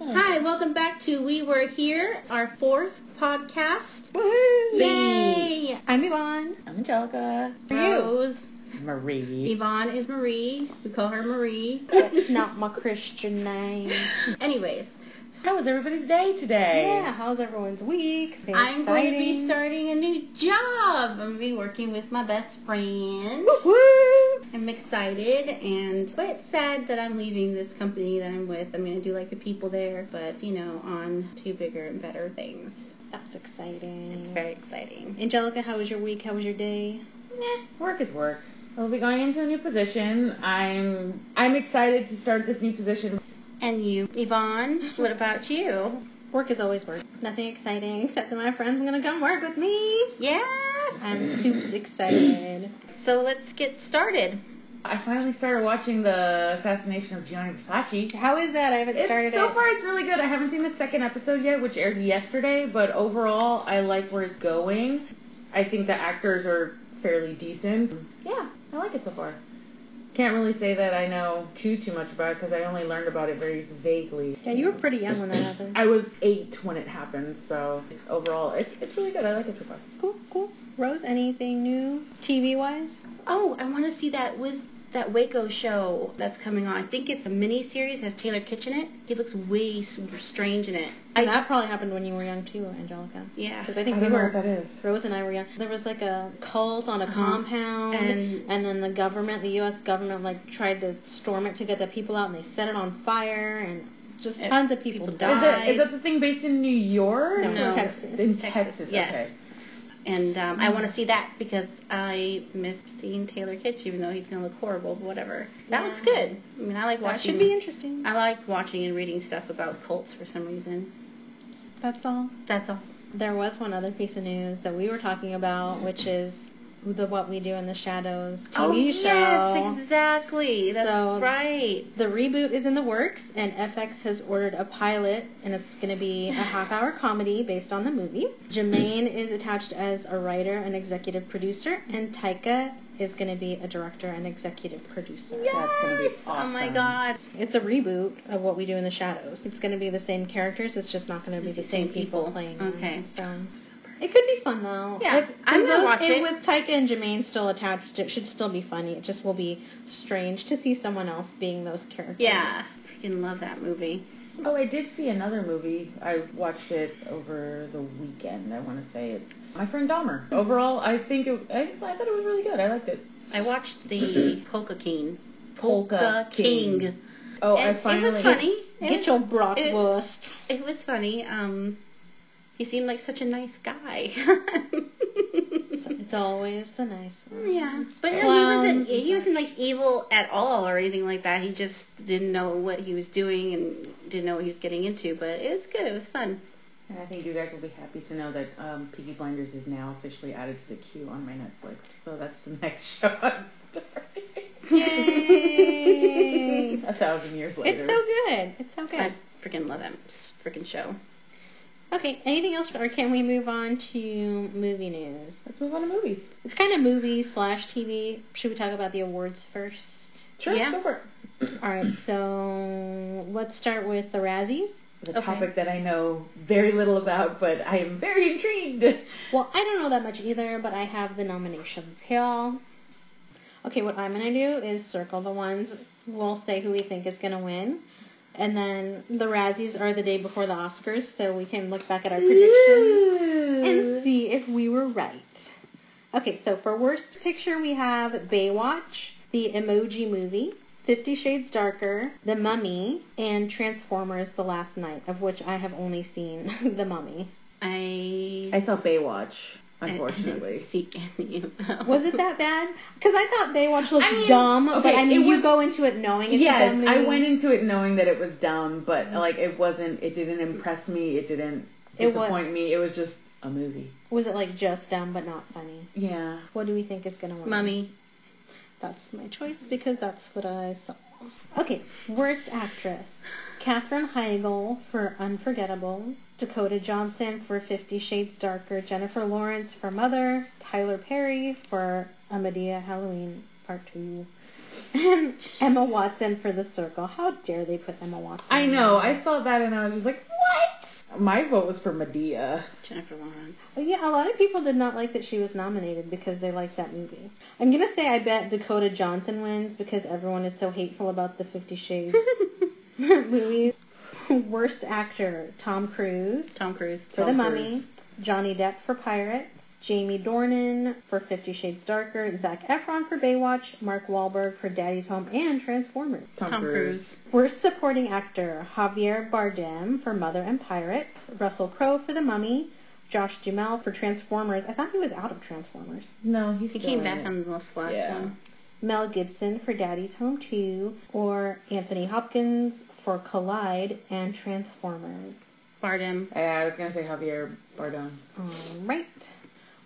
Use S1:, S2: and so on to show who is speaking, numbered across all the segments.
S1: Hi, welcome back to We Were Here, our fourth podcast.
S2: Woohoo!
S1: Yay! I'm Yvonne.
S2: I'm Angelica.
S1: Rose.
S2: Marie.
S1: Yvonne is Marie. We call her Marie.
S3: That's not my Christian name.
S1: Anyways,
S2: How was everybody's day today?
S3: Yeah, how's everyone's week? Stay
S1: I'm going to be
S3: exciting.
S1: starting a new job. I'm going to be working with my best friend.
S3: Woo!
S1: I'm excited and but it's sad that I'm leaving this company that I'm with. I'm going to do like the people there, but you know, on to bigger and better things.
S3: That's exciting.
S1: It's very exciting. Angelica, how was your week? How was your day?
S2: Meh, work is work. I'll be going into a new position. I'm I'm excited to start this new position.
S1: And you, Yvonne, what about you?
S3: Work is always work. Nothing exciting except that my friend's gonna come work with me.
S1: Yes!
S3: I'm super excited.
S1: So let's get started.
S2: I finally started watching the assassination of Gianni Versace.
S3: How is that? I haven't started
S2: It's, so
S3: it.
S2: far, it's really good. I haven't seen the second episode yet, which aired yesterday, but overall, I like where it's going. I think the actors are fairly decent. Yeah, I like it so far. Can't really say that I know too too much about it because I only learned about it very vaguely.
S3: Yeah, you were pretty young when that happened.
S2: I was eight when it happened, so overall, it's it's really good. I like it so far.
S3: Cool, cool. Rose, anything new TV wise?
S1: Oh, I want to see that was that Waco show that's coming on. I think it's a mini series. Has Taylor Kitsch in it? He looks way s- strange in it. I
S3: And that probably happened when you were young too, Angelica.
S1: yeah.
S3: Because I think
S2: I
S3: we
S2: don't know
S3: were
S2: what that Uh-huh. is.
S3: Rose and I were young. There was like a cult on a compound,
S1: And-
S3: and then the government, the U.S. government, like tried to storm it to get the people out, and they set it on fire, and just
S1: And
S3: tons of people
S1: people
S2: Is that,
S3: died.
S2: is that the thing based in New York?
S3: No,
S1: No.
S3: Texas.
S2: In
S1: Texas,
S2: Texas,
S1: yes.
S2: okay.
S1: And um, I want to see that because I miss seeing Taylor Kitsch, even though he's gonna look horrible. But whatever. That
S3: Yeah.
S1: looks good. I mean, I like
S3: That
S1: watching.
S3: should be interesting.
S1: I like watching and reading stuff about cults for some reason.
S3: That's all.
S1: That's all.
S3: There was one other piece of news that we were talking about, which is the What We Do in the Shadows TV
S1: oh
S3: show.
S1: yes, exactly. That's
S3: So-
S1: right.
S3: The reboot is in the works, and FX has ordered a pilot, and it's going to be a half-hour comedy based on the movie. Jermaine is attached as a writer and executive producer, and Taika is going to be a director and executive producer.
S2: That's gonna be
S1: Yes! Oh my
S2: awesome.
S1: god.
S3: It's a reboot of What We Do in the Shadows. It's going to be the same characters. It's just not going to be
S1: It's
S3: the same people playing. them.
S1: Okay.
S3: So it could be fun though.
S1: Yeah,
S3: If-
S1: I'm
S3: with
S1: gonna
S3: those-
S1: watch
S3: and
S1: it.
S3: with Taika and Jermaine still attached. It should still be funny. It just will be strange to see someone else being those characters.
S1: Yeah. Freaking love that movie.
S2: Oh, I did see another movie. I watched it over the weekend. I want to say it's my friend Dahmer.
S1: Hmm.
S2: Overall, I think it, I, I thought it was really good. I liked it.
S1: I watched the
S3: Mm-hmm.
S1: Polka King.
S2: Polka King. Oh, I
S1: And
S2: finally.
S1: it was funny. It
S3: Get
S1: was,
S3: your bratwurst.
S1: It was funny. Um, he seemed like such a nice guy.
S3: So it's always the nice one.
S1: yeah, but no, he
S3: Clowns
S1: wasn't.
S3: and
S1: He wasn't
S3: such.
S1: like evil at all or anything like that. He just didn't know what he was doing and didn't know what he was getting into. But it was good. It was fun.
S2: And I think you guys will be happy to know that um, Peaky Blinders is now officially added to the queue on my Netflix. So that's the next show I'm starting.
S3: Yay!
S2: A thousand years later.
S3: it's so good. It's so
S1: I
S3: good.
S1: freaking love that s- freaking show.
S3: Okay, anything else, or can we move on to movie news?
S2: Let's move on to movies.
S3: It's kind of movie slash TV. Should we talk about the awards first?
S2: Sure,
S1: Yeah.
S2: go for it.
S3: All right, so let's start with the Razzies.
S2: The
S1: Okay.
S2: topic that I know very little about, but I am very intrigued.
S3: Well, I don't know that much either, but I have the nominations here. Okay, what I'm going to do is circle the ones. We'll say who we think is going to win. And then the Razzies are the day before the Oscars, so we can look back at our predictions
S2: Mm.
S3: and see if we were right. Okay, so for worst picture, we have Baywatch, The Emoji Movie, Fifty Shades Darker, The Mummy, and Transformers The Last Night, of which I have only seen The Mummy.
S1: I
S2: I saw Baywatch,
S1: I- I
S2: unfortunately.
S1: didn't see any of them.
S3: Was it that bad? Because I thought Baywatch looked
S2: I mean,
S3: dumb, but
S2: okay,
S3: I mean,
S2: it
S3: you
S2: was-
S3: go into it knowing it's a dumb
S2: yes,
S3: movie.
S2: I went into it knowing that it was dumb, but like it wasn't. It didn't impress me. It didn't
S3: It was-
S2: disappoint me. It was just a movie.
S3: Was it like just dumb but not funny?
S2: Yeah.
S3: What do we think is gonna win?
S1: Mummy.
S3: That's my choice because that's what I saw. Okay, worst actress: Katherine Heigl for Unforgettable, Dakota Johnson for Fifty Shades Darker, Jennifer Lawrence for Mother, Tyler Perry for Amadea Halloween Part Two, and Emma Watson for The Circle. How dare they put Emma Watson?
S2: I
S3: in
S2: know.
S3: there?
S2: I saw that and I was just like, what? My vote was for Medea.
S1: Jennifer Lawrence.
S3: But yeah, a lot of people did not like that she was nominated because they liked that movie. I'm gonna say I bet Dakota Johnson wins because everyone is so hateful about the Fifty Shades movies. Worst actor: Tom Cruise
S1: Tom Cruise.
S3: for The
S2: Tom
S3: Mummy,
S2: Cruise.
S3: Johnny Depp for Pirates, Jamie Dornan for Fifty Shades Darker, Zach Efron for Baywatch, Mark Wahlberg for Daddy's Home, and Transformers.
S2: Tom,
S1: Tom Cruise.
S3: Worst Supporting Actor: Javier Bardem for Mother and Pirates, Russell Crowe for The Mummy, Josh Duhamel for Transformers. I thought he was out of Transformers.
S2: No, he's
S1: He
S2: still
S1: came
S2: in
S1: back
S2: it.
S1: on the last last
S2: Yeah.
S1: one.
S3: Mel Gibson for Daddy's Home 2, or Anthony Hopkins for Collide and Transformers.
S1: Bardem.
S2: Yeah, I was gonna say Javier Bardem.
S3: All right.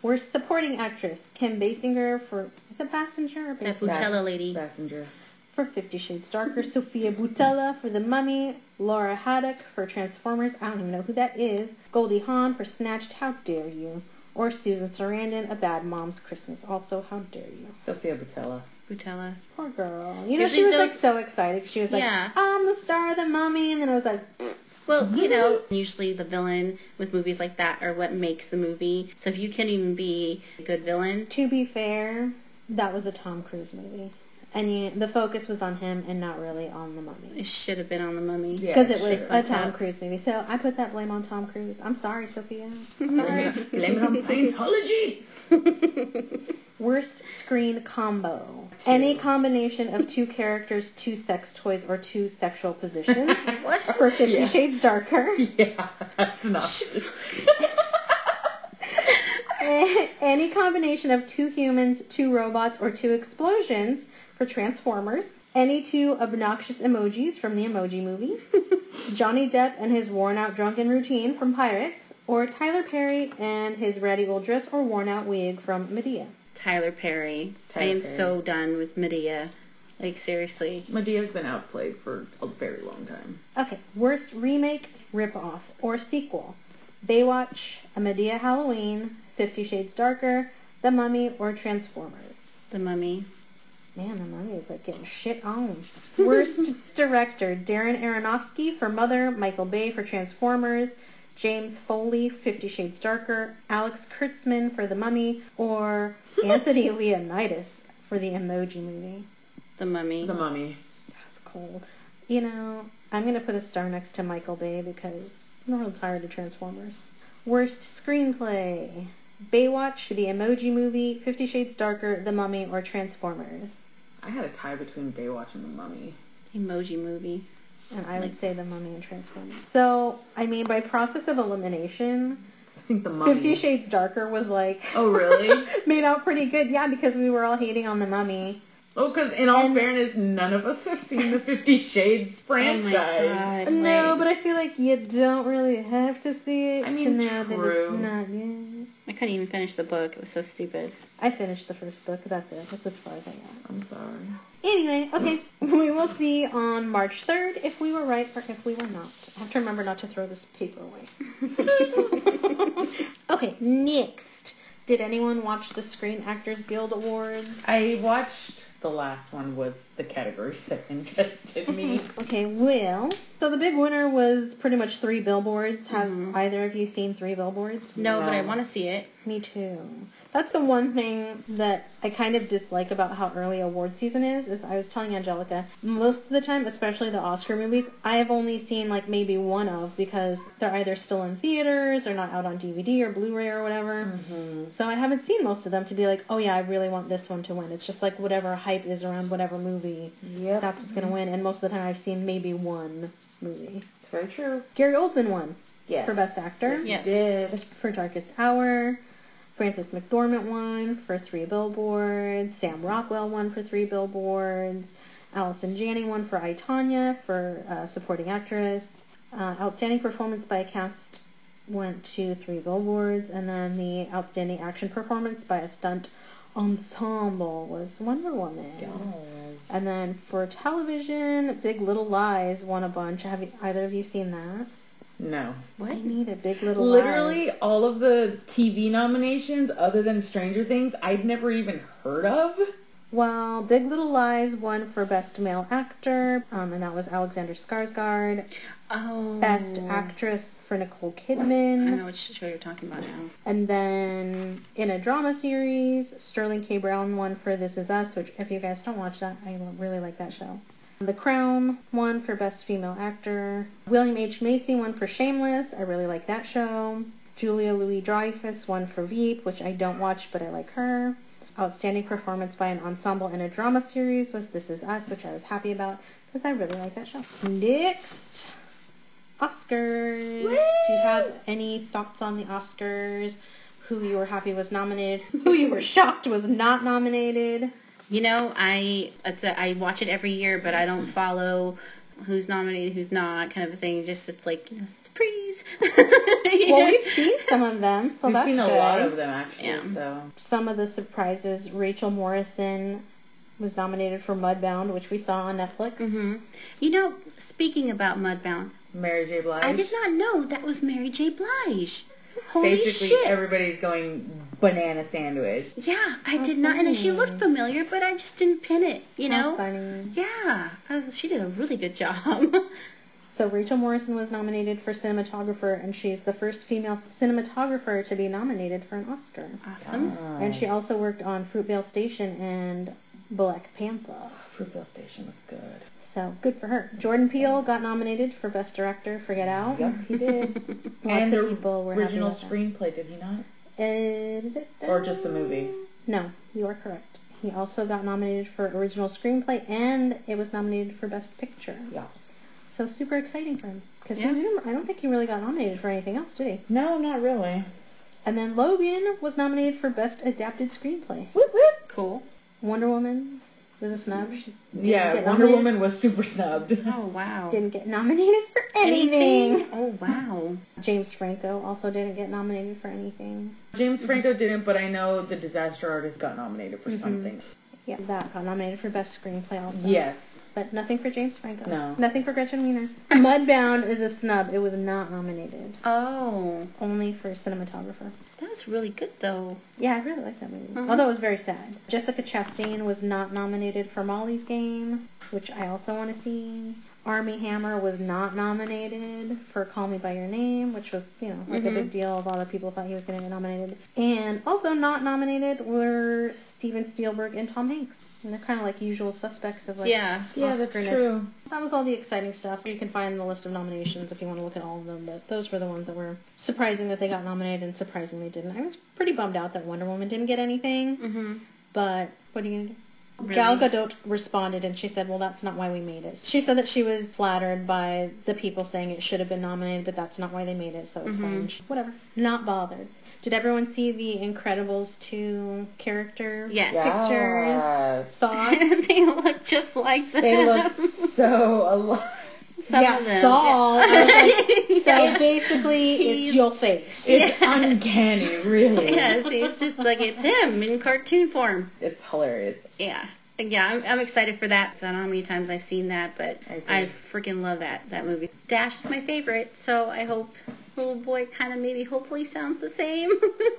S3: Worst Supporting Actress: Kim Basinger for Is it Passenger or
S1: That
S3: Basinger?
S1: Butella lady.
S2: Passenger.
S3: for Fifty Shades Darker, Sophia Butella for The Mummy, Laura Haddock for Transformers, I don't even know who that is, Goldie Hawn for Snatched, How Dare You, or Susan Sarandon, A Bad Mom's Christmas, also How Dare You.
S2: Sophia Butella.
S1: Butella.
S3: Poor girl. You know,
S1: Usually
S3: she was
S1: those-
S3: like so excited. She was like,
S1: Yeah.
S3: I'm the star of The Mummy, and then I was like,
S1: Well, you know, usually the villain with movies like that are what makes the movie. So if you can't even be a good villain,
S3: to be fair, that was a Tom Cruise movie. And you, the focus was on him and not really on The Mummy.
S1: it should have been on the mummy.
S2: Yeah.
S3: Because it was
S2: sure.
S3: a Tom
S1: Yeah.
S3: Cruise movie. So I put that blame on Tom Cruise. I'm sorry, Sophia.
S2: Blame it- blame it on Scientology.
S3: Worst screen combo. Any combination of two characters, two sex toys, or two sexual positions. For Fifty
S2: Yeah.
S3: Shades Darker.
S2: Yeah, that's enough.
S3: A- Any combination of two humans, two robots, or two explosions for Transformers. Any two obnoxious emojis from the Emoji Movie. Johnny Depp and his worn-out drunken routine from Pirates. Or Tyler Perry and his ratty old dress or worn-out wig from Medea.
S1: Tyler Perry. I
S2: Tyler
S1: am
S2: Perry.
S1: so done with Medea. Like seriously.
S2: Medea's been outplayed for a very long time.
S3: Okay, worst remake, ripoff, or sequel. Baywatch, A Medea Halloween, Fifty Shades Darker, The Mummy, or Transformers.
S1: The mummy.
S3: Man, The Mummy is like getting shit on. Worst director, Darren Aronofsky for Mother, Michael Bay for Transformers, James Foley, Fifty Shades Darker, Alex Kurtzman for The Mummy, or Anthony Leonidas for The Emoji Movie.
S1: The mummy.
S2: The Mummy.
S3: That's cold. You know, I'm gonna put a star next to Michael Bay because I'm real tired of Transformers. Worst screenplay: Baywatch, The Emoji Movie, Fifty Shades Darker, The Mummy, or Transformers.
S2: I had a tie between Baywatch and The Mummy.
S1: Emoji movie.
S3: And I would say The Mummy and Transformers. So, I mean, by process of elimination,
S2: I think The Mummy.
S3: Fifty Shades Darker was like
S2: Oh, really?
S3: made out pretty good. Yeah, because we were all hating on The Mummy.
S2: Oh, because in all
S3: And-
S2: fairness, none of us have seen the Fifty Shades franchise.
S1: God.
S3: No,
S1: Right.
S3: but I feel like you don't really have to see it
S2: I mean,
S3: to know that it's
S2: true.
S3: not good.
S1: I couldn't even finish the book. It was so stupid.
S3: I finished the first book. That's it. That's as far as I got.
S2: I'm sorry.
S3: Anyway, okay. We will see on March 3rd if we were right or if we were not. I have to remember not to throw this paper away. okay, next. Did anyone watch the Screen Actors Guild Awards?
S2: I watched the last one was the categories that interested me.
S3: Okay, well, so the big winner was pretty much Three Billboards. Have either of you seen Three Billboards?
S1: No, but I
S2: No.
S1: want to see it.
S3: Me too. That's the one thing that I kind of dislike about how early award season is. Is I was telling Angelica, most of the time, especially the Oscar movies, I have only seen like maybe one of because they're either still in theaters or not out on DVD or Blu-ray or whatever.
S2: Mm-hmm.
S3: So I haven't seen most of them to be like, oh yeah, I really want this one to win. It's just like whatever hype is around whatever movie,
S2: Yep.
S3: that's what's gonna win. And most of the time, I've seen maybe one movie.
S2: It's very true.
S3: Gary Oldman won
S2: Yes.
S3: For Best Actor?
S2: Yes.
S1: Yes.
S2: You did.
S3: for Darkest Hour. Frances McDormand won for Three Billboards. Sam Rockwell won for Three Billboards. Allison Janney won for I, Tonya for uh, Supporting Actress. Uh, outstanding Performance by a Cast went to Three Billboards. And then the Outstanding Action Performance by a Stunt Ensemble was Wonder Woman.
S2: Oh.
S3: And then for television, Big Little Lies won a bunch. Have you, either of you seen that?
S2: No.
S1: What?
S3: I need a Big Little Lies.
S2: Literally all of the TV nominations other than Stranger Things I'd never even heard of.
S3: While Big Little Lies won for Best Male Actor, um, and that was Alexander Skarsgård.
S1: Oh.
S3: Best Actress for Nicole
S1: I
S3: Kidman.
S1: know which show you're talking about now.
S3: And then in a drama series, Sterling K. Brown won for This Is Us, which if you guys don't watch that, I lo- really like that show. The Crown won for Best Female Actor. William H. Macy won for Shameless. I really like that show. Julia Louis Dreyfus won for Veep, which I don't watch, but I like her. Outstanding performance by an ensemble in a drama series was This Is Us, which I was happy about because I really like that show. Next, Oscars. Do you have any thoughts on the Oscars? Who you were happy was nominated? Who you were shocked was not nominated?
S1: You know, I it's a, I watch it every year, but I
S3: Mm-hmm.
S1: don't follow who's nominated, who's not, kind of a thing. Just it's like you know, surprise.
S3: Well, we've seen some of them, so
S2: We've
S3: that's
S2: seen a
S3: good.
S2: lot of them actually.
S1: Yeah.
S2: So
S3: Some of the surprises: Rachel Morrison was nominated for Mudbound, which we saw on Netflix.
S2: Mm-hmm.
S1: hmm You know, speaking about Mudbound,
S2: Mary J. Blige.
S1: I did not know that was Mary J. Blige. Holy
S2: Basically,
S1: shit!
S2: everybody's going banana sandwich.
S1: yeah, I
S3: How
S1: did not, and she
S3: funny.
S1: looked familiar, but I just didn't pin it. You
S3: How
S1: know?
S3: funny.
S1: Yeah, I was- she did a really good job.
S3: So Rachel Morrison was nominated for cinematographer, and she's the first female cinematographer to be nominated for an Oscar.
S1: awesome.
S2: Ah.
S3: And she also worked on Fruitvale Station and Black Panther.
S2: Fruitvale Station was good.
S3: So good for her. Jordan Peele got nominated for Best Director for Get Out.
S2: Yep, he did.
S3: Lots
S2: and
S3: of
S2: the
S3: people were happy
S2: original
S3: about that.
S2: screenplay, did he not?
S3: And-
S2: Or just the movie?
S3: No, you are correct. He also got nominated for original screenplay, and it was nominated for Best Picture.
S2: Yeah.
S3: So super exciting for him because
S1: Yeah.
S3: he didn't, I don't think he really got nominated for anything else, did he?
S2: No, not really.
S3: And then Logan was nominated for Best Adapted Screenplay.
S2: Whoop whoop.
S1: Cool.
S3: Wonder Woman was a snub. She didn't
S2: Yeah,
S3: get
S2: Wonder
S3: nominated-
S2: Woman was super snubbed.
S1: Oh wow.
S3: didn't get nominated for anything.
S1: Oh wow.
S3: James Franco also didn't get nominated for anything.
S2: James Franco didn't, but I know the Disaster Artist got nominated for
S3: Mhm.
S2: something.
S3: Yeah, that got nominated for Best Screenplay also.
S2: Yes.
S3: But nothing for James Franco.
S2: No.
S3: Nothing for Gretchen Wiener. Mudbound is a snub. It was not nominated.
S1: Oh,
S3: Only for cinematographer.
S1: that was really good though.
S3: Yeah, I really like that movie.
S2: Mm-hmm.
S1: Mhm.
S3: Although it was very sad. Jessica Chastain was not nominated for Molly's Game, which I also want to see. Army Hammer was not nominated for Call Me by Your Name, which was, you know, like
S1: Mhm.
S3: a
S2: Mm-hmm.
S3: big deal. A lot of people thought he was going to get nominated. And also not nominated were Steven Spielberg and Tom Hanks. And they're kind of like usual suspects of like
S1: Yeah.
S2: Yeah, that's
S3: Oscar-ness.
S2: true.
S3: That was all the exciting stuff. You can find the list of nominations if you want to look at all of them, but those were the ones that were surprising that they got nominated and surprising they didn't. I was pretty bummed out that Wonder Woman didn't get anything,
S1: Mhm.
S3: but what are you going to do?
S1: Really?
S3: Gal Gadot responded and she said, Well, that's not why we made it. She said that she was flattered by the people saying it should have been nominated, but that's not why they made it, so it's
S1: Mhm.
S3: fine. She- Whatever. Not bothered. Did everyone see the Incredibles 2 character
S1: Yes.
S3: pictures?
S2: Yes.
S3: Saw?
S1: they look just like them.
S2: They look so alike.
S1: Some
S3: yeah,
S1: of them.
S3: Saul. I was like, so
S1: Yeah.
S3: basically,
S1: He's-
S3: it's your face.
S2: It's uncanny, really.
S1: Yeah, see, it's just like it's him in cartoon form.
S2: It's hilarious.
S1: Yeah. Yeah, I'm, I'm excited for that. I don't know how many times I've seen that, but
S2: I agree.
S1: I freaking love that that movie. Dash is my favorite, so I hope Little Boy kind of maybe hopefully sounds the same,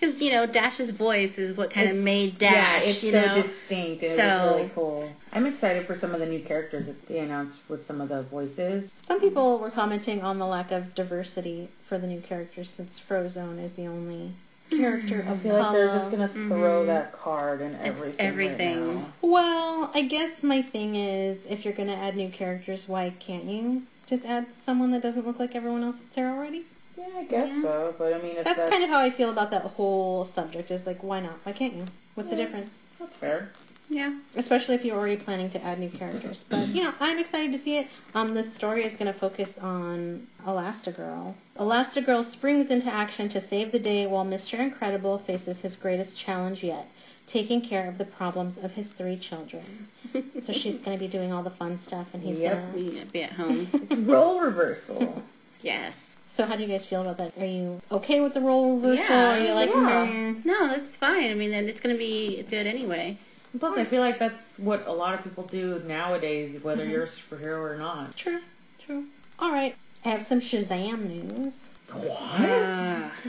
S1: because you know Dash's voice is what kind of
S2: It's-
S1: made Dash.
S2: Yeah, it's
S1: you
S2: so
S1: know?
S2: distinct. It
S1: So-
S2: was really cool. I'm excited for some of the new characters that they announced with some of the voices.
S3: Some people were commenting on the lack of diversity for the new characters since Frozone is the only character
S2: I
S3: of
S2: feel like
S3: color.
S2: they're just gonna throw that card and Mm-hmm. everything. right
S1: everything.
S2: now.
S3: Well, I guess my thing is if you're gonna add new characters, why can't you just add someone that doesn't look like everyone else that's there already?
S2: Yeah, I guess
S1: Yeah.
S2: so. But I mean, if
S3: That's
S2: that's
S3: kind of how I feel about that whole subject. Is like, why not? Why can't you? What's the
S2: Yeah.
S3: difference?
S2: that's fair.
S1: Yeah.
S3: especially if you're already planning to add new characters. But yeah, I'm excited to see it. Um, this story is going to focus on Elastigirl. Elastigirl springs into action to save the day while Mr. Incredible faces his greatest challenge yet, taking care of the problems of his three children. so she's going to be doing all the fun stuff, and he's
S2: Yep.
S3: going to.
S1: We um, be at home.
S2: It's role reversal.
S1: yes.
S3: So how do you guys feel about that? Are you okay with the role reversal?
S1: Yeah,
S3: Are you like,
S2: yeah.
S3: "Meh."
S1: No, that's fine. I mean, then it's gonna be good anyway.
S2: Plus, I feel like that's what a lot of people do nowadays, whether
S3: Mhm.
S2: you're a superhero or not.
S3: True, true. All right, I have some Shazam news.
S2: What?
S1: Mm-hmm.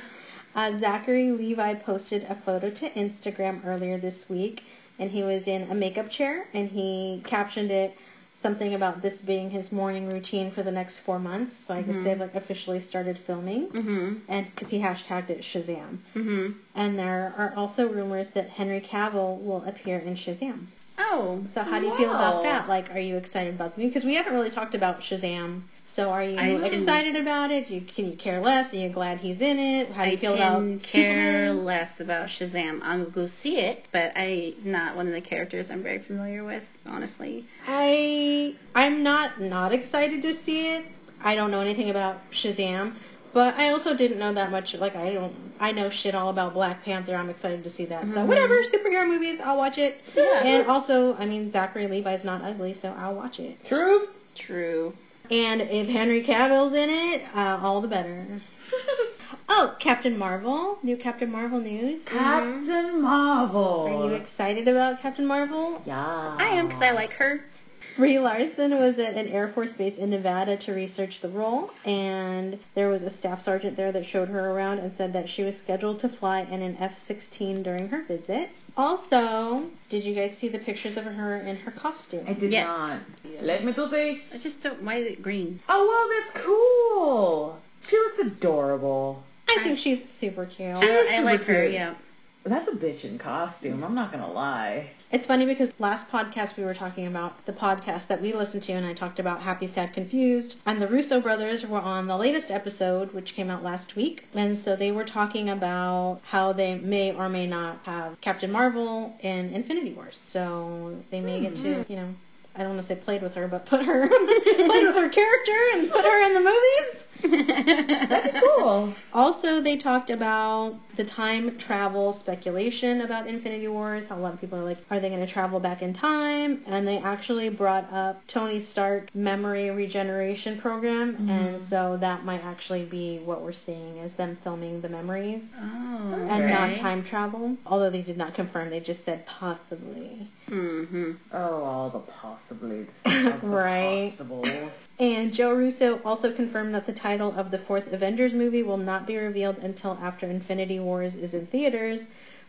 S3: Uh, Zachary Levi posted a photo to Instagram earlier this week and he was in a makeup chair, and he captioned it something about this being his morning routine for the next four months. So I guess they've like officially started filming,
S1: Mm-hmm.
S3: and because he hashtagged it Shazam.
S1: Mm-hmm.
S3: And there are also rumors that Henry Cavill will appear in Shazam.
S1: Oh.
S3: So how do you feel
S2: Wow.
S3: about that? Like, are you excited about the Because we haven't really talked about Shazam. So are you
S1: I am.
S3: excited about it? You, can you care less? Are you glad he's in it? How do you
S1: I
S3: feel
S1: can
S3: about
S1: care
S3: Superman?
S1: less about Shazam. I'll go see it, but I not one of the characters I'm very familiar with, honestly.
S3: I I'm not not excited to see it. I don't know anything about Shazam, but I also didn't know that much. Like I don't I know shit all about Black Panther. I'm excited to see that. So
S1: Mhm.
S3: whatever superhero movies, I'll watch it.
S1: Yeah.
S3: And also, I mean Zachary Levi's not ugly, so I'll watch it.
S2: True.
S1: True.
S3: And if Henry Cavill's in it, uh, all the better. oh, Captain Marvel, new Captain Marvel news.
S2: Captain Marvel.
S3: Are you excited about Captain Marvel?
S2: yeah.
S1: I am because I like her.
S3: Brie Larson was at an Air Force base in Nevada to research the role, and there was a staff sergeant there that showed her around and said that she was scheduled to fly in an F-16 during her visit. Also, did you guys see the pictures of her in her costume?
S2: I did
S1: Yes.
S2: not. Let me do this.
S1: I just don't. Why is it green?
S2: Oh well, that's cool. She looks adorable.
S3: I think she's super cute.
S1: I, don't- I
S2: super
S1: like her.
S2: cute.
S1: Yeah.
S2: That's a bitch in costume. I'm not gonna lie.
S3: It's funny because last podcast we were talking about the podcast that we listened to, and I talked about Happy, Sad, Confused, and the Russo brothers were on the latest episode, which came out last week, and so they were talking about how they may or may not have Captain Marvel in Infinity Wars, so they may get to, you know, I don't want to say played with her, but put her played with her character and put her in the movies.
S2: That'd be cool.
S3: Also, they talked about the time travel speculation about Infinity Wars. How a lot of people are like, are they going to travel back in time? And they actually brought up Tony Stark memory regeneration program, and so that might actually be what we're seeing is them filming the memories
S1: Oh.
S3: and not time travel. Although they did not confirm, they just said possibly.
S1: Mm-hmm.
S2: Oh, all the possibilities. All the
S3: Right.
S2: Possibles.
S3: And Joe Russo also confirmed that the title of the fourth Avengers movie will not be revealed until after Infinity Wars is in theaters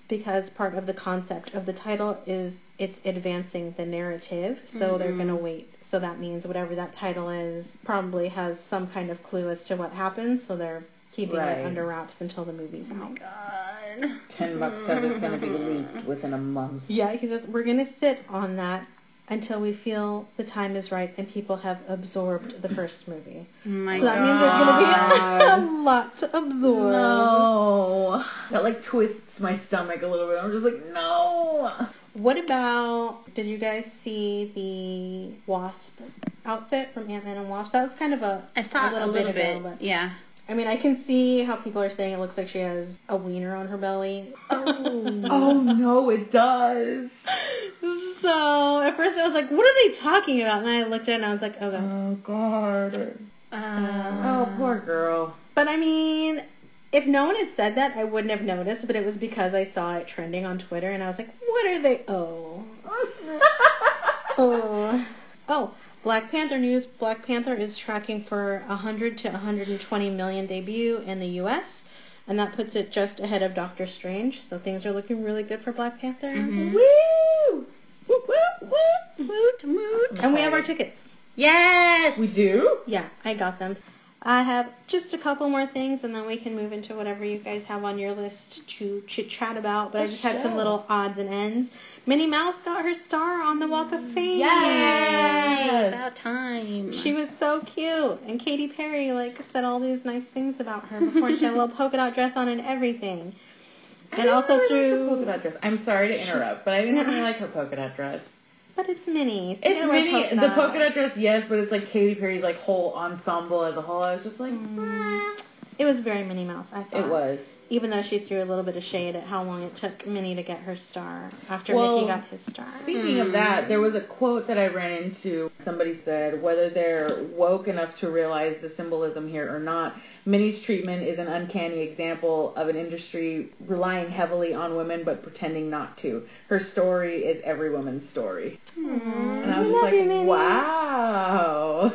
S3: because part of the concept of the title is it's advancing the narrative. So they're going to wait. So that means whatever that title is probably has some kind of clue as to what happens. So they're keeping
S2: Right.
S3: it under wraps until the movie's out.
S1: Oh God.
S2: Ten bucks says it's gonna be leaked within a month.
S3: Yeah, he says we're gonna sit on that until we feel the time is right and people have absorbed the first movie.
S1: My
S3: So that
S1: God.
S3: means there's gonna be a, lot to absorb.
S2: No. That like twists my stomach a little bit. I'm just like, no.
S3: What about? Did you guys see the wasp outfit from Ant Man and Wasp? That was kind of a
S1: I saw it a little bit.
S3: ago, but-
S1: Yeah.
S3: I mean, I can see how people are saying it looks like she has a wiener on her belly.
S2: Oh no, it does.
S3: Oh. so at first I was like, what are they talking about? And I looked at it and I was like, oh
S1: Uh-huh.
S3: god.
S2: Oh god.
S1: Uh,
S2: Oh, poor girl.
S3: But I mean, if no one had said that, I wouldn't have noticed. But it was because I saw it trending on Twitter, and I was like, "What are they? Oh, oh, oh!" Black Panther news: Black Panther is tracking for 100 to 120 million debut in the U.S., and that puts it just ahead of Doctor Strange. So things are looking really good for Black Panther.
S1: Mm-hmm.
S2: Mm-hmm.
S3: Woo! Woo! Woo! Woo! Moot! Moot! And we have our tickets.
S1: yes.
S2: we do?
S3: Yeah, I got them. I have just a couple more things, and then we can move into whatever you guys have on your list to chit chat about. But I
S2: For
S3: just had some
S2: sure.
S3: little odds and ends. Minnie Mouse got her star on the Walk of Fame.
S1: Yay,
S2: Yes.
S1: About time.
S3: She was so cute, and Katy Perry like said all these nice things about her before she had a little polka dot dress on and everything. And also
S2: I really like her polka
S3: through,
S2: dot dress. I'm sorry to interrupt, but I didn't really like her polka dot dress.
S3: but it's Minnie.
S2: It's
S3: Gotta wear
S2: mini
S3: polka
S2: the
S3: dots.
S2: polka dot dress, yes, but it's like Katy Perry's like whole ensemble as a whole. I was just like,
S3: Mm. It was very Minnie Mouse. I
S2: eh.
S3: thought
S2: it was.
S3: even though she threw a little bit of shade at how long it took Minnie to get her star after
S2: Well,
S3: Mickey got his star.
S2: Speaking of that, there was a quote that I ran into. Somebody said, whether they're woke enough to realize the symbolism here or not, Minnie's treatment is an uncanny example of an industry relying heavily on women but pretending not to. Her story is every woman's story.
S1: Mm-hmm.
S2: And I was
S3: We
S2: just
S3: love
S2: like,
S3: you, Minnie.
S2: wow.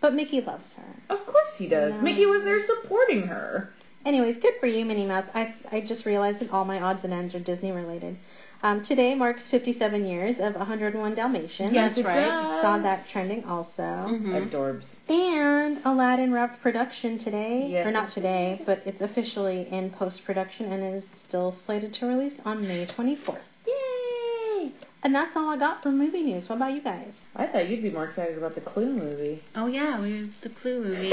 S3: But Mickey loves her.
S2: Of course he does.
S3: No.
S2: Mickey was there supporting her.
S3: Anyways, good for you, Minnie Mouse. I, I just realized that all my odds and ends are Disney related. Um, today marks 57 years of 101 Dalmatians.
S2: Yes, Mm-hmm. it
S3: right. Saw that
S2: does.
S3: trending also.
S1: Mhm.
S2: Adorbs.
S3: And Aladdin wrapped production today,
S2: Yes,
S3: or
S2: it
S3: not
S2: did.
S3: today, but it's officially in post production and is still slated to release on May 24th.
S2: Yay!
S3: And that's all I got for movie news. What about you guys?
S2: I thought you'd be more excited about the Clue movie.
S1: Oh yeah, we the Clue movie.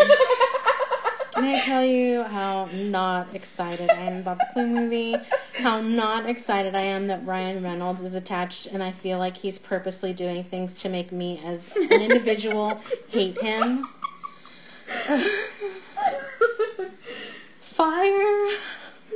S3: Can I tell you how not excited I am about the Clue movie? How not excited I am that Ryan Reynolds is attached, and I feel like he's purposely doing things to make me, as an individual, hate him. Fire!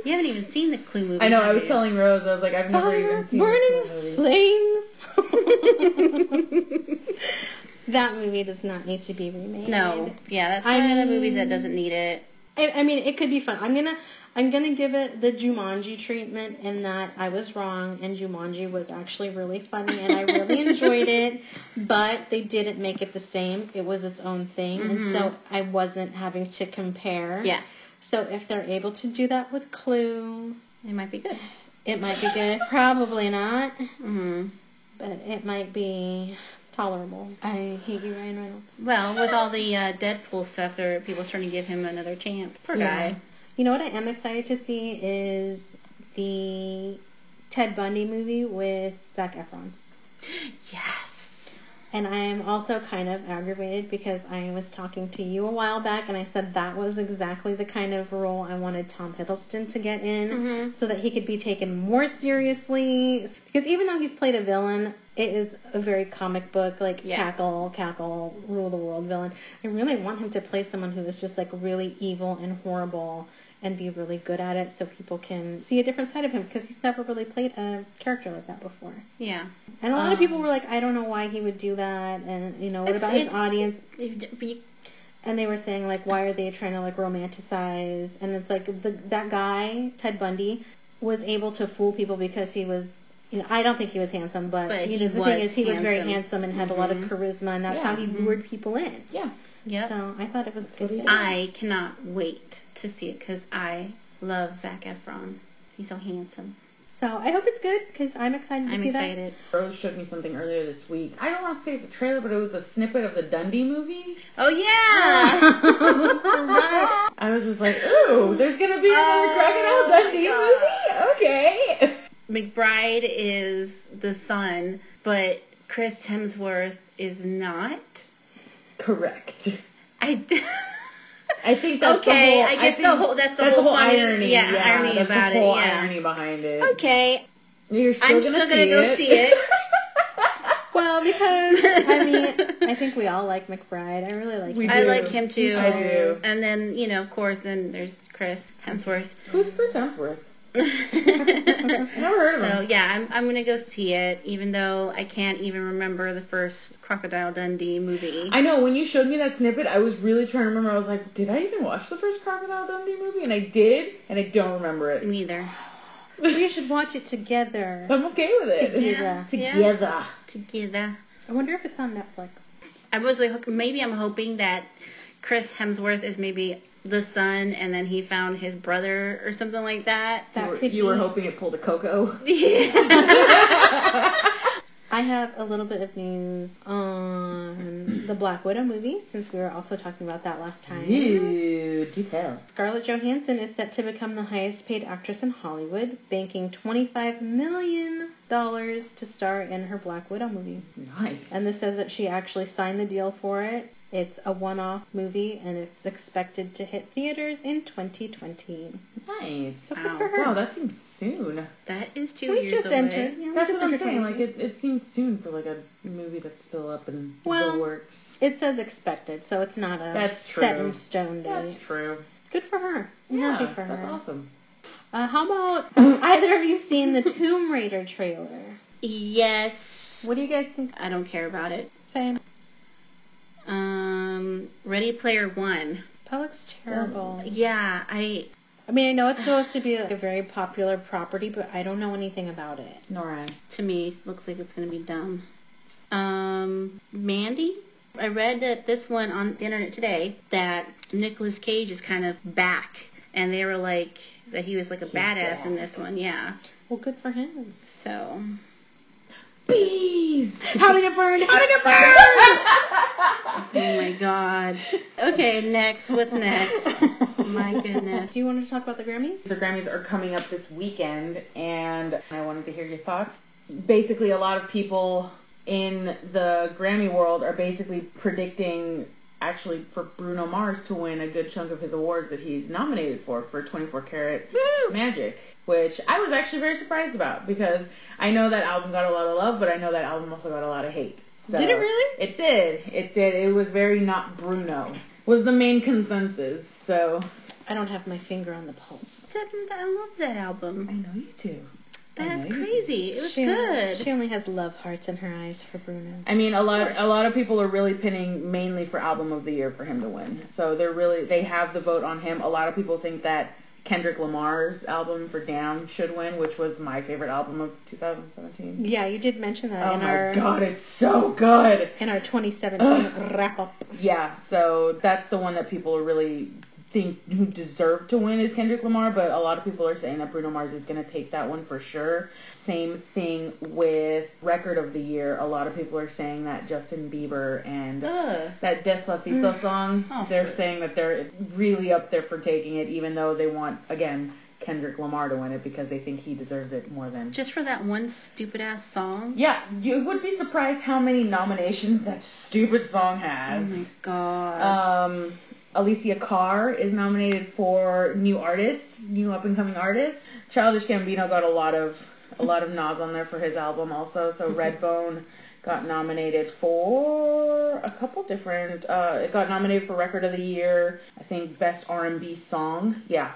S1: you haven't even seen the Clue movie.
S2: I know. I
S1: have
S2: was
S1: you?
S2: telling Rose, I was like, I've never
S3: Fire!
S2: Um, even seen this Clue
S3: Burning
S2: movie.
S3: flames! that movie does not need to be remade.
S1: No, yeah, that's
S3: I
S1: one of the
S3: mean-
S1: movies that doesn't need it.
S3: I, I mean, it could be fun. I'm gonna, I'm gonna give it the Jumanji treatment in that I was wrong and Jumanji was actually really funny and I really enjoyed it, but they didn't make it the same. It was its own thing, and so I wasn't having to compare.
S1: Yes,
S3: So if they're able to do that with Clue,
S1: it might be good.
S3: it might be good. Probably not,
S1: hmm
S3: but it might be tolerable. I hate you, Ryan Reynolds.
S1: Well, with all the uh, Deadpool stuff, there are people trying to give him another chance. Poor
S3: Yeah.
S1: guy.
S3: You know what I am excited to see is the Ted Bundy movie with Zac Efron.
S1: Yes.
S3: And I am also kind of aggravated because I was talking to you a while back and I said that was exactly the kind of role I wanted Tom Hiddleston to get in
S1: Mhm.
S3: so that he could be taken more seriously. Because even though he's played a villain, it is a very comic book, like
S1: Yes.
S3: cackle, cackle, rule the world villain. I really want him to play someone who is just like really evil and horrible and be really good at it so people can see a different side of him because he's never really played a character like that before.
S1: Yeah.
S3: And a lot of people
S1: Um,
S3: were like, I don't know why he would do that, and you know, what
S1: It's-
S3: about his
S1: it's-
S3: audience?
S1: You-
S3: And they were saying like, why are they trying to like romanticize? And it's like the, that guy Ted Bundy was able to fool people because he was. You know, I don't think he was handsome, but,
S1: But
S3: you
S1: he
S3: know, the thing
S1: was
S3: is, he was very
S1: handsome.
S3: handsome and had a lot of
S1: Mhm.
S3: charisma, and that's
S2: Yeah.
S3: how he
S1: Mhm.
S3: lured people in.
S2: Yeah.
S1: Yep.
S3: So I thought it was
S2: what
S3: good.
S2: he
S3: fit.
S1: I cannot wait to see it because I love Zac Efron. He's so handsome.
S3: So I hope it's good because I'm excited to
S1: I'm
S3: see
S1: excited.
S2: Rose showed me something earlier this week. I don't want to say it's a trailer, but it was a snippet of the Dundee movie.
S1: Oh yeah.
S2: I was just like, ooh, there's gonna be another
S1: Oh,
S2: Crocodile
S1: my
S2: Dundee movie?
S1: God.
S2: Okay.
S1: McBride is the son, but Chris Hemsworth is not.
S2: Correct.
S1: I. D-
S2: I think that's
S1: okay.
S2: the whole.
S1: I guess
S2: think
S1: the whole that's the whole, funny-
S2: irony.
S1: Yeah, irony
S2: that's
S1: about
S2: the whole
S1: it. Yeah.
S2: irony behind it.
S1: Okay.
S2: You're still
S1: I'm
S2: gonna
S1: still
S2: see
S1: gonna go
S2: it.
S1: see it.
S3: Well, because I mean, I think we all like McBride. I really like.
S2: We
S3: him.
S1: I
S2: do.
S1: like him too.
S2: I do.
S1: And then you know, of course, then there's Chris Hemsworth.
S2: Who's Chris Hemsworth?
S1: so
S2: Never heard of him.
S1: yeah, I'm I'm gonna go see it, even though I can't even remember the first Crocodile Dundee movie.
S2: I know when you showed me that snippet, I was really trying to remember. I was like, did I even watch the first Crocodile Dundee movie? And I did, and I don't remember it.
S1: Neither.
S3: We should watch it together.
S2: I'm okay with it.
S3: Together.
S1: Yeah.
S2: Together.
S1: Together.
S3: I wonder if it's on Netflix.
S1: I was like, hook- maybe I'm hoping that Chris Hemsworth is maybe the son, and then he found his brother or something like that.
S3: That
S2: you were,
S3: could
S2: you were
S3: be.
S2: hoping it pulled a Coco.
S3: I have a little bit of news on the Black Widow movie since we were also talking about that last time.
S2: You do tell.
S3: Scarlett Johansson is set to become the highest paid actress in Hollywood, banking $25 million to star in her Black Widow movie.
S2: Nice.
S3: And this says that she actually signed the deal for it. It's a one-off movie and it's expected to hit theaters in 2020.
S2: nice.
S3: So good
S1: Wow.
S3: for her.
S2: Wow, that seems soon.
S1: That is two
S3: we
S1: years
S3: just
S1: away.
S3: entered. yeah, we
S2: That's
S3: just
S2: what I'm
S3: entered
S2: saying.
S3: 2020.
S2: Like it, it seems soon for like a movie that's still up and
S3: Well,
S2: the works.
S3: It says expected, so it's not a
S2: That's
S3: set
S2: true.
S3: in stone date.
S2: That's true.
S3: Good for her. I'm
S2: yeah,
S3: happy for
S2: that's
S3: her.
S2: awesome.
S3: Uh, how about either of you seen the Tomb Raider trailer?
S1: Yes.
S3: What do you guys think?
S1: I don't care about it.
S3: Same.
S1: Um, Ready Player One.
S3: That looks terrible.
S1: Yeah, I
S3: I mean, I know it's supposed to be like a very popular property, but I don't know anything about it.
S2: Nora.
S1: to me looks like it's gonna be dumb. Um, Mandy. I read that this one on the internet today that Nicolas Cage is kind of back, and they were like that he was like a badass in this one. Yeah.
S3: Well, good for him.
S1: So
S2: Bees.
S3: How did it burn? How did it
S1: Oh my god. Okay, next. What's next? Oh
S3: burn?
S1: My goodness.
S3: Do you want to talk about the Grammys?
S2: The Grammys are coming up this weekend, and I wanted to hear your thoughts. Basically, a lot of people in the Grammy world are basically predicting, actually, for Bruno Mars to win a good chunk of his awards that he's nominated for, for 24 Karat Magic, which I was actually very surprised about because I know that album got a lot of love, but I know that album also got a lot of hate. So
S3: Did it really?
S2: It did. It did. It was very not Bruno, was the main consensus. So
S3: I don't have my finger on the pulse.
S1: That- I love that album.
S2: know you do.
S1: That's crazy. It was
S3: she,
S1: good.
S3: She only has love hearts in her eyes for Bruno.
S2: I mean, a lot a lot of people are really pinning mainly for album of the year for him to win. So they're really they have the vote on him. A lot of people think that Kendrick Lamar's album for Down should win, which was my favorite album of 2017.
S3: Yeah, you did mention that
S2: Oh
S3: in
S2: my
S3: our
S2: god, it's so good.
S3: in our 2017 wrap up.
S2: Yeah, so that's the one that people really think who deserve to win is Kendrick Lamar, but a lot of people are saying that Bruno Mars is going to take that one for sure. Same thing with record of the year. A lot of people are saying that Justin Bieber and
S1: Ugh.
S2: that Despacito song,
S1: Oh,
S2: they're
S1: sure.
S2: saying that they're really up there for taking it, even though they want again Kendrick Lamar to win it because they think he deserves it more than.
S1: Just for that one stupid ass song.
S2: Yeah, you would be surprised how many nominations that stupid song
S1: Oh
S2: has.
S1: my god.
S2: Um, Alicia Carr is nominated for new artist, new up and coming artist. Childish Gambino got a lot of a lot of nods on there for his album also. So Redbone got nominated for a couple different. Uh, it got nominated for record of the year. I think best R&B song. Yeah,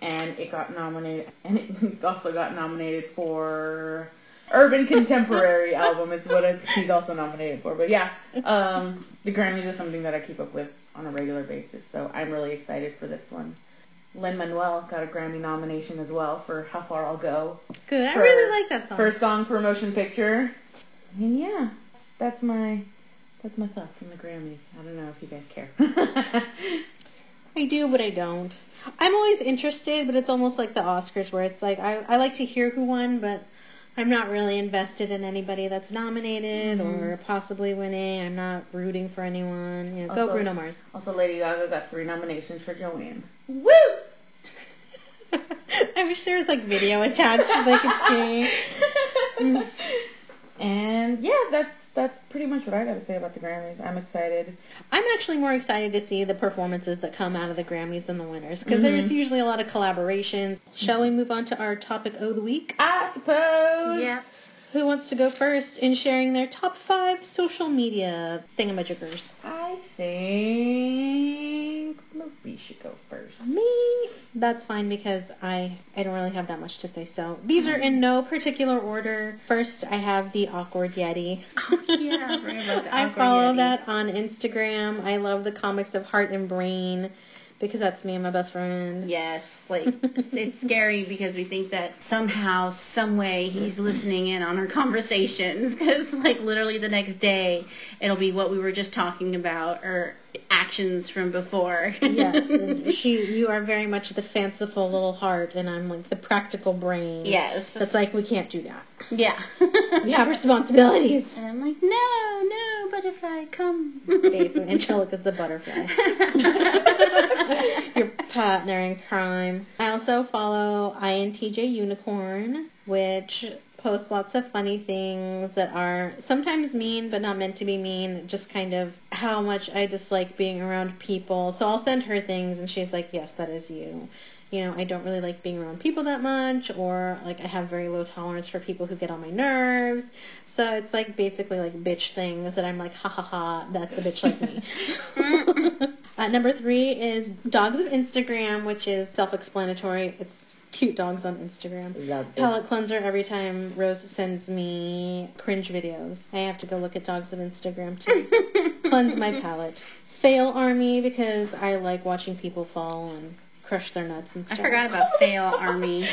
S2: and it got nominated, and it also got nominated for urban contemporary album is what it's, he's also nominated for. But yeah, um, the Grammys is something that I keep up with on a regular basis, so I'm really excited for this one. Lin Manuel got a Grammy nomination as well for How Far I'll Go
S3: Good. I
S2: For-
S3: really like that song.
S2: for a song for a motion picture. And yeah, that's- that's my that's my thoughts on the Grammys. I don't know if you guys care.
S3: I do, but I don't. I'm always interested, but it's almost like the Oscars where it's like I, I like to hear who won, but I'm not really invested in anybody that's nominated or possibly winning. I'm not rooting for anyone. You know, go
S2: Also-
S3: Bruno Mars.
S2: also, Lady Gaga got three nominations for Joanne.
S3: Woo! I wish there was like video attached so they could see.
S2: and yeah, that's that's pretty much what I got to say about the Grammys. I'm excited.
S3: I'm actually more excited to see the performances that come out of the Grammys and the winners because there's usually a lot of collaborations. Shall we move on to our topic of the week?
S2: I suppose.
S1: yep.
S3: Who wants to go first in sharing their top five social media thingamajiggers?
S2: I think Marie should go first.
S3: Me? That's fine because I, I don't really have that much to say. So these are in no particular order. First, I have the Awkward Yeti.
S1: Oh, yeah, I forgot about the
S3: I
S1: Awkward
S3: follow
S1: Yeti.
S3: that on Instagram. I love the comics of Heart and Brain because that's me and my best friend.
S1: Yes, like it's it's scary because we think that somehow, some way, he's listening in on our conversations. Because like literally the next day, it'll be what we were just talking about or actions from before.
S3: yes, and she, you are very much the fanciful little heart, and I'm like the practical brain.
S1: yes.
S3: That's like, we can't do that.
S1: yeah.
S3: We have responsibilities.
S1: And I'm like, no, no, butterfly, come.
S3: Bates and Angelica's the butterfly. Your partner in crime. I also follow INTJ Unicorn, which posts lots of funny things that are sometimes mean but not meant to be mean, just kind of how much I dislike being around people. So I'll send her things and she's like, yes, that is you. You know, I don't really like being around people that much, or like I have very low tolerance for people who get on my nerves. So it's like basically like bitch things that I'm like, ha ha ha, that's a bitch like me. uh, number three is dogs of Instagram, which is self-explanatory. It's cute dogs on Instagram.
S2: Love
S3: Palette cleanser every time Rose sends me cringe videos. I have to go look at dogs of Instagram to cleanse my palette. Fail army because I like watching people fall and crush their nuts and
S1: I
S3: stuff.
S1: forgot about fail army.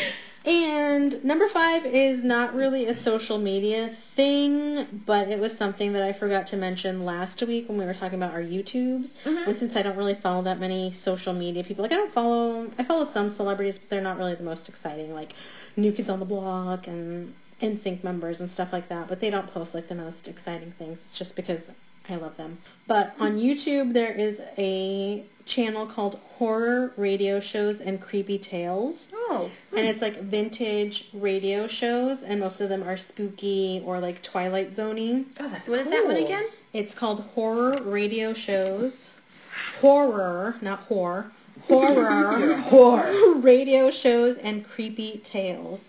S3: And number five is not really a social media thing, but it was something that I forgot to mention last week when we were talking about our YouTubes.
S2: Mhm.
S3: And since I don't really follow that many social media people, like I don't follow, I follow some celebrities, but they're not really the most exciting, like New Kids on the Block and NSYNC members and stuff like that. But they don't post like the most exciting things. It's just because I love them. But on YouTube, there is a channel called Horror Radio Shows and Creepy Tales
S2: Oh.
S3: and it's like vintage radio shows and most of them are spooky or like twilight zoning
S2: Oh, that's
S1: What is that one
S2: cool.
S1: again?
S3: it's called horror radio shows horror not whore horror
S2: Whore.
S3: radio shows and creepy tales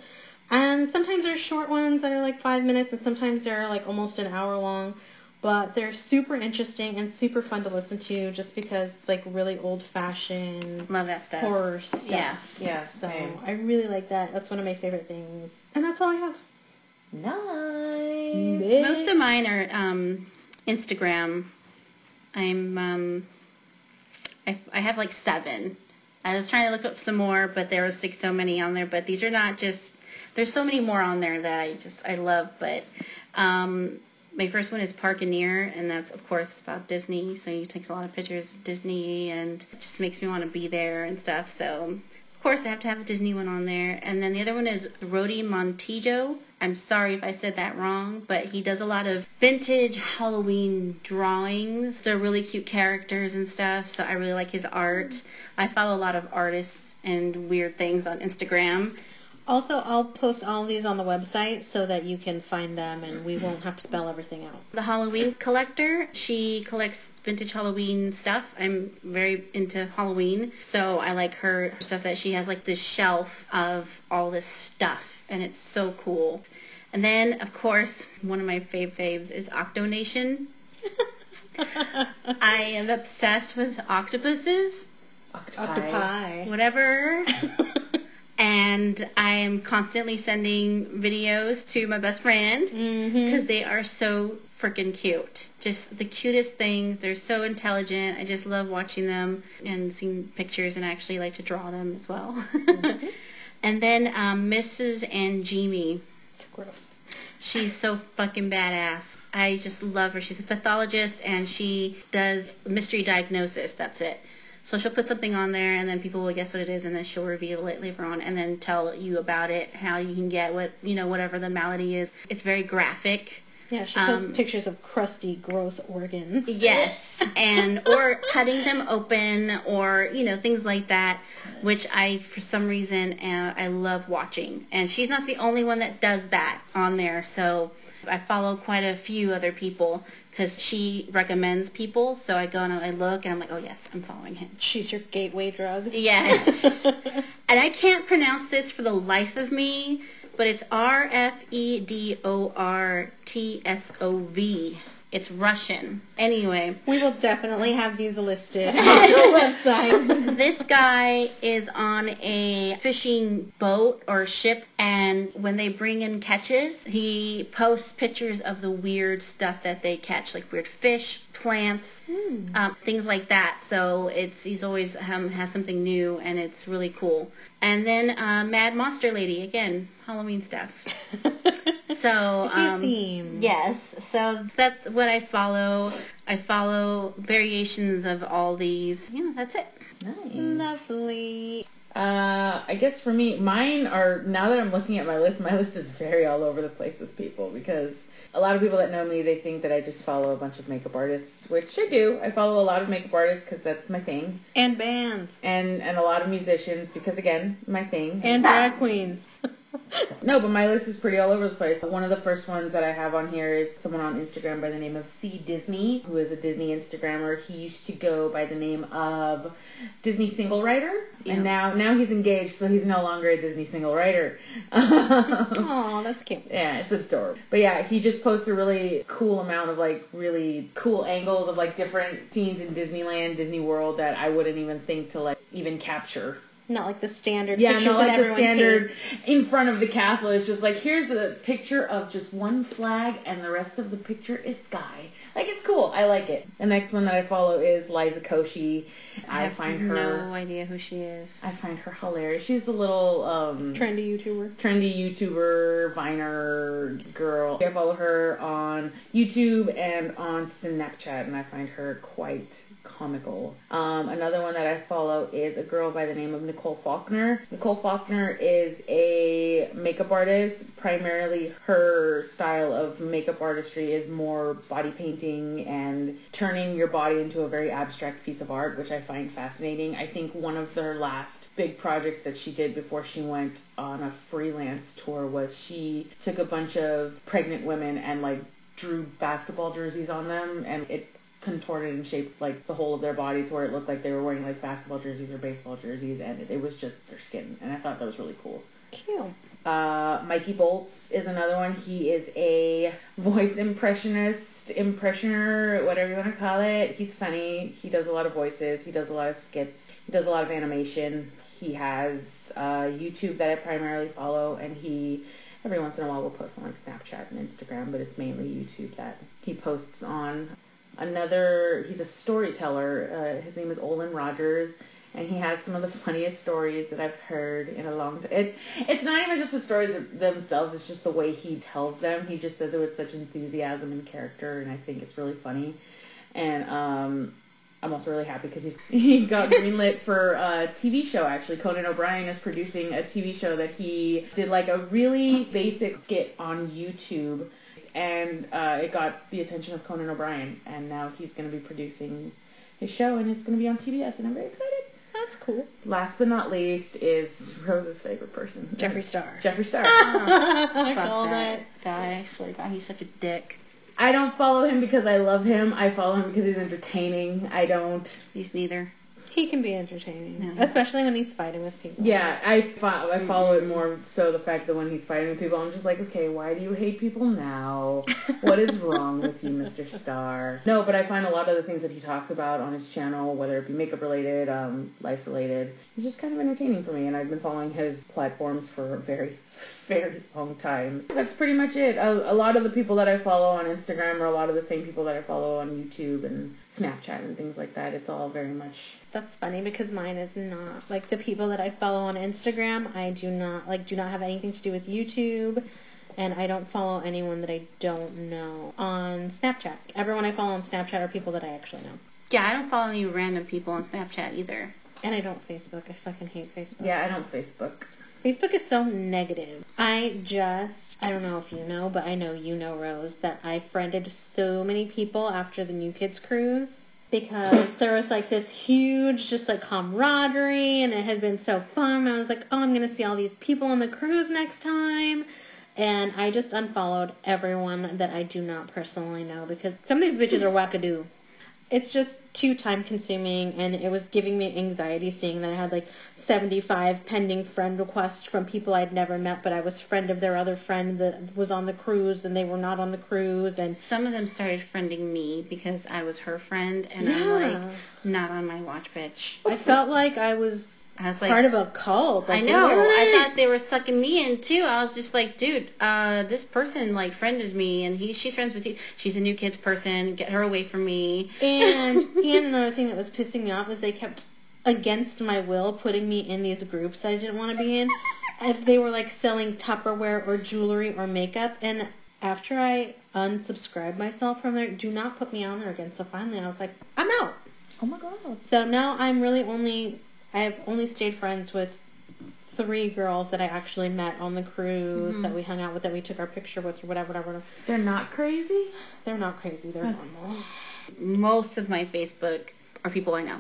S3: and sometimes there's short ones that are like five minutes and sometimes they're like almost an hour long but they're super interesting and super fun to listen to just because it's like really old fashioned
S1: Love that stuff.
S3: horror stuff
S1: Yeah.
S2: Yeah.
S3: so
S2: same.
S3: I really like that. That's one of my favorite things. And that's all I have.
S2: Nice.
S1: Most of mine are um, Instagram. I'm um, I, I have like seven. I was trying to look up some more, but there was like so many on there. But these are not just. There's so many more on there that I just I love. But um, my first one is Parkineer, and that's of course about Disney. So he takes a lot of pictures of Disney, and it just makes me want to be there and stuff. So of course, I have to have a Disney one on there. And then the other one is Rody Montijo. I'm sorry if I said that wrong, but he does a lot of vintage Halloween drawings. They're really cute characters and stuff, so I really like his art. I follow a lot of artists and weird things on Instagram.
S3: Also, I'll post all these on the website so that you can find them and we won't have to spell everything out.
S1: The Halloween collector, she collects vintage Halloween stuff. I'm very into Halloween, so I like her stuff that she has like this shelf of all this stuff, and it's so cool. And then, of course, one of my fave faves is Octonation. I am obsessed with octopuses,
S3: Octopi.
S1: whatever. and I am constantly sending videos to my best friend because
S3: mm-hmm.
S1: they are so freaking cute. Just the cutest things. They're so intelligent. I just love watching them and seeing pictures and actually like to draw them as well. and then um, Mrs. and Jamie.
S3: It's gross.
S1: She's so fucking badass. I just love her. She's a pathologist and she does mystery diagnosis. That's it. So she'll put something on there and then people will guess what it is and then she'll reveal it later on and then tell you about it, how you can get what, you know, whatever the malady is. It's very graphic.
S3: Yeah, she posts
S1: Um,
S3: pictures of crusty, gross organs.
S1: Yes, and or cutting them open, or you know things like that, which I for some reason uh, I love watching. And she's not the only one that does that on there, so I follow quite a few other people because she recommends people. So I go and I look, and I'm like, oh yes, I'm following him.
S3: She's your gateway drug.
S1: Yes, and I can't pronounce this for the life of me, but it's R F E D O R T S O V. It's Russian. Anyway.
S3: we will definitely have these listed on the website.
S1: this guy is on a fishing boat or ship and when they bring in catches he posts pictures of the weird stuff that they catch like weird fish plants
S3: Hmm.
S1: um, things like that so it's he's always um, has something new and it's really cool and then uh, mad monster lady again halloween stuff so
S3: Cute
S1: um,
S3: theme.
S1: Yes, so that's what I follow. I follow variations of all these. Yeah, that's it.
S2: Nice.
S3: Lovely.
S2: Uh, I guess for me, mine are now that I'm looking at my list, my list is very all over the place with people because a lot of people that know me, they think that I just follow a bunch of makeup artists, which I do. I follow a lot of makeup artists because that's my thing,
S3: And bands.
S2: and and a lot of musicians because again, my thing.
S3: And drag queens.
S2: No, but my list is pretty all over the place. One of the first ones that I have on here is someone on Instagram by the name of C Disney, who is a Disney Instagrammer. He used to go by the name of Disney Single Writer,
S1: Yeah.
S2: and now now he's engaged, so he's no longer a Disney Single Writer.
S3: Oh, that's cute.
S2: Yeah, it's adorable. But yeah, he just posts a really cool amount of like really cool angles of like different scenes in Disneyland, Disney World that I wouldn't even think to like even capture
S3: Not like the standard
S2: Yeah,
S3: pictures
S2: not like
S3: that
S2: the
S3: everyone
S2: standard
S3: takes.
S2: in front of the castle. It's just like here's a picture of just one flag, and the rest of the picture is sky. Like it's cool. I like it. The next one that I follow is Liza Koshy. I,
S1: have
S2: find
S1: no
S2: her.
S1: idea who she is.
S2: I find her hilarious. She's the little um,
S3: Trendy YouTuber.
S2: trendy YouTuber, Viner girl. I follow her on YouTube and on Snapchat, and I find her quite comical. Um, another one that I follow is a girl by the name of Nicole Faulkner. Nicole Faulkner is a makeup artist. Primarily, her style of makeup artistry is more body painting and turning your body into a very abstract piece of art, which I find fascinating. I think one of their last big projects that she did before she went on a freelance tour was she took a bunch of pregnant women and like drew basketball jerseys on them and it contorted and shaped like the whole of their body to where it looked like they were wearing like basketball jerseys or baseball jerseys and it, it was just their skin and I thought that was really cool.
S3: Cute.
S2: Uh, Mikey Bolts is another one. He is a voice impressionist, impressioner, whatever you want to call it. He's funny. He does a lot of voices. He does a lot of skits. He does a lot of animation. He has uh, YouTube that I primarily follow, and he every once in a while will post on like Snapchat and Instagram, but it's mainly YouTube that he posts on. Another, he's a storyteller. Uh, his name is Olin Rogers, and he has some of the funniest stories that I've heard in a long time. It, it's not even just the stories th- themselves; it's just the way he tells them. He just says it with such enthusiasm and character, and I think it's really funny. And um, I'm also really happy because he's he got greenlit for a TV show actually. Conan O'Brien is producing a TV show that he did like a really basic skit on YouTube, and uh, it got the attention of Conan O'Brien, and now he's going to be producing his show, and it's going to be on TBS, and I'm very excited.
S3: That's cool.
S2: Last but not least is Rose's favorite person,
S3: Jeffree Star.
S2: Jeffree Star.
S3: I
S1: Fuck
S3: called
S1: that
S3: it.
S1: guy. I swear to God, he's such a dick.
S2: I don't follow him because I love him. I follow him because he's entertaining. I don't
S1: He's neither.
S3: He can be entertaining,
S1: No.
S3: especially when he's fighting with people.
S2: Yeah, I fo- I follow it more so the fact that when he's fighting with people, I'm just like, okay, why do you hate people now? What is wrong with you, Mr. Star? No, but I find a lot of the things that he talks about on his channel, whether it be makeup related, um, life related, is just kind of entertaining for me, and I've been following his platforms for a very very long time. So that's pretty much it. A, a lot of the people that I follow on Instagram are a lot of the same people that I follow on YouTube and Snapchat and things like that. It's all very much
S3: That's funny because mine is not like the people that I follow on Instagram. I do not like do not have anything to do with YouTube, and I don't follow anyone that I don't know on Snapchat. Everyone I follow on Snapchat are people that I actually know,
S1: Yeah, I don't follow any random people on Snapchat either.
S3: and I don't Facebook. I fucking hate Facebook.
S2: yeah. I don't Facebook.
S3: Facebook is so negative. I just, I don't know if you know, but I know you know, Rose, that I friended so many people after the New Kids Cruise because there was like this huge, just like camaraderie and it had been so fun. I was like, oh, I'm going to see all these people on the cruise next time. And I just unfollowed everyone that I do not personally know because some of these bitches are wackadoo it's just too time consuming and it was giving me anxiety seeing that I had like 75 pending friend requests from people I'd never met but I was friend of their other friend that was on the cruise and they were not on the cruise and
S1: Some of them started friending me because I was her friend, and I'm
S3: yeah
S1: like, not on my watch, bitch.
S3: I felt like I was
S1: I was like,
S3: part of a cult
S1: I
S3: like,
S1: know. I
S3: what?
S1: thought they were sucking me in too. I was just like, dude, uh, this person like friended me, and he she's friends with you. She's a new kids person. Get her away from me.
S3: And and another thing that was pissing me off was they kept against my will putting me in these groups that I didn't want to be in. If they were like selling Tupperware or jewelry or makeup, and after I unsubscribed myself from there, do not put me on there again. So finally, I was like, I'm out.
S2: Oh my god.
S3: So now I'm really only I've only stayed friends with three girls that I actually met on the cruise
S1: Mm-hmm.
S3: that we hung out with that we took our picture with or whatever whatever.
S2: They're not crazy?
S3: They're not crazy. They're normal.
S1: Most of my Facebook are people I know,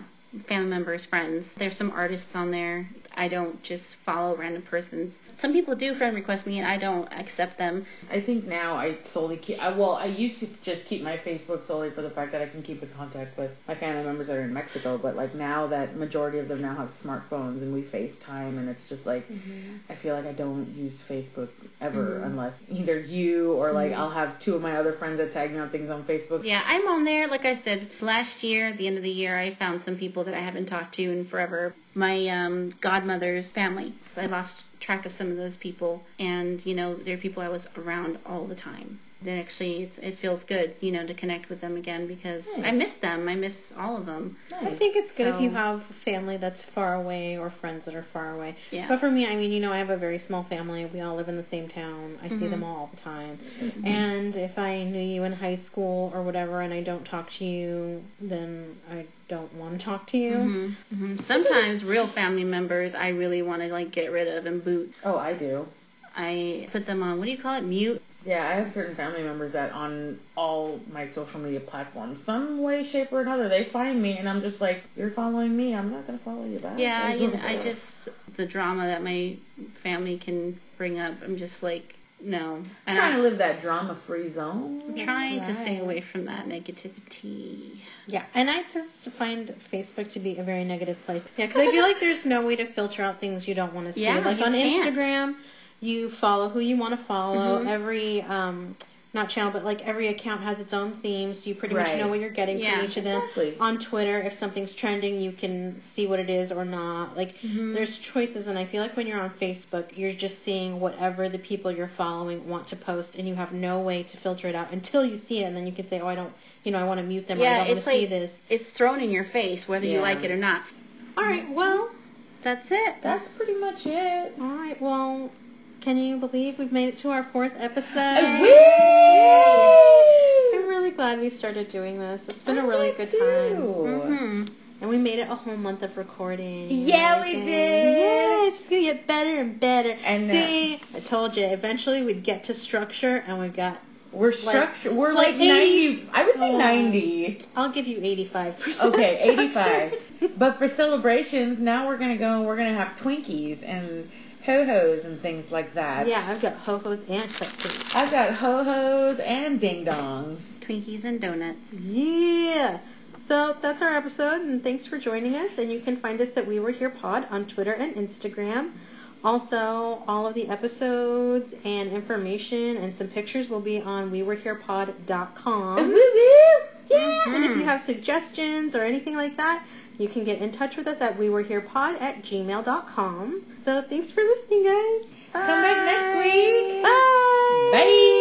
S1: family members, friends. There's some artists on there. I don't just follow random persons. Some people do friend request me, and I don't accept them.
S2: I think now I solely keep. I, well, I used to just keep my Facebook solely for the fact that I can keep in contact with my family members that are in Mexico. But like now that majority of them now have smartphones and we FaceTime, and it's just like
S3: Mm-hmm.
S2: I feel like I don't use Facebook ever unless either you or like
S3: Mm-hmm.
S2: I'll have two of my other friends that tag me on things on Facebook.
S1: Yeah, I'm on there. Like I said, last year, at the end of the year, I found some people that I haven't talked to in forever. my um, godmother's family. So I lost track of some of those people, and you know they're people I was around all the time. That actually it's, it feels good, you know, to connect with them again because I
S2: Nice.
S1: miss them. I miss all of them.
S3: I think it's good if you
S1: So-
S3: have family that's far away or friends that are far away.
S1: Yeah.
S3: But for me, I mean, you know, I have a very small family. We all live in the same town. I
S1: Mm-hmm.
S3: see them all, the time. And if I knew you in high school or whatever and I don't talk to you, then I don't want to talk to you.
S1: Mhm. Sometimes real family members I really want to like get rid of and boot.
S2: Oh, I do.
S1: I put them on what do you call it? Mute.
S2: Yeah, I have certain family members that on all my social media platforms, some way, shape, or another, they find me, and I'm just like, you're following me. I'm not gonna follow you back.
S1: Yeah,
S2: Like,
S1: you know, I just the drama that my family can bring up. I'm just like no.
S2: I'm
S1: And
S2: trying to
S1: I-
S2: live that drama-free zone.
S1: I'm trying to stay
S3: Right.
S1: away from that negativity.
S3: Yeah, and I just find Facebook to be a very negative place. Yeah, because I feel like there's no way to filter out things you don't want to see.
S1: Yeah,
S3: like
S1: you
S3: on
S1: can't.
S3: Instagram, you follow who you want to follow.
S1: Mhm.
S3: Every um, not channel, but like every account has its own themes. you pretty much
S2: Right.
S3: know what you're getting
S1: Yeah,
S3: from each of them.
S2: Exactly.
S3: On Twitter, if something's trending, you can see what it is or not. Like
S1: Mm-hmm.
S3: there's choices, and I feel like when you're on Facebook, you're just seeing whatever the people you're following want to post, and you have no way to filter it out until you see it, and then you can say, oh, I don't, you know, I want to mute them. or I
S1: Yeah,
S3: don't want
S1: it's
S3: to see
S1: like-
S3: this.
S1: It's thrown in your face whether you
S2: Yeah.
S1: like it or not.
S3: All right, well,
S1: That's it.
S2: That's pretty much it.
S3: all right, well, can you believe we've made it to our fourth episode? I'm really glad we started doing this. It's been a really good time. Mm-hmm.
S1: Mhm.
S3: And we made it a whole month of recording. and
S2: Yeah, we
S3: everything.
S2: did.
S3: Yeah, it's going to get better and better.
S2: And, uh,
S3: See, I told you, eventually we'd get to structure, and we got,
S2: We're structured. we're
S3: like
S2: like,
S3: 80.
S2: 90. I would say
S3: Oh.
S2: 90.
S3: I'll give you 85%.
S2: Okay,
S3: structure.
S2: 85. But for celebrations, now we're gonna go. and We're gonna have Twinkies and ho hos and things like that.
S3: yeah, I've got ho-hos and cupcakes.
S2: I've got ho hos and ding dongs.
S1: Twinkies and donuts.
S3: Yeah. So that's our episode, and thanks for joining us. And you can find us at We Were Here Pod on Twitter and Instagram. Also, all of the episodes and information and some pictures will be on WeWereHerePod.com. Yeah.
S2: Mm-hmm.
S3: And if you have suggestions or anything like that, you can get in touch with us at WeWereHerePod at gmail.com. So thanks for listening, guys.
S2: Come back next
S3: Bye.
S2: week.
S3: Bye.
S2: Bye.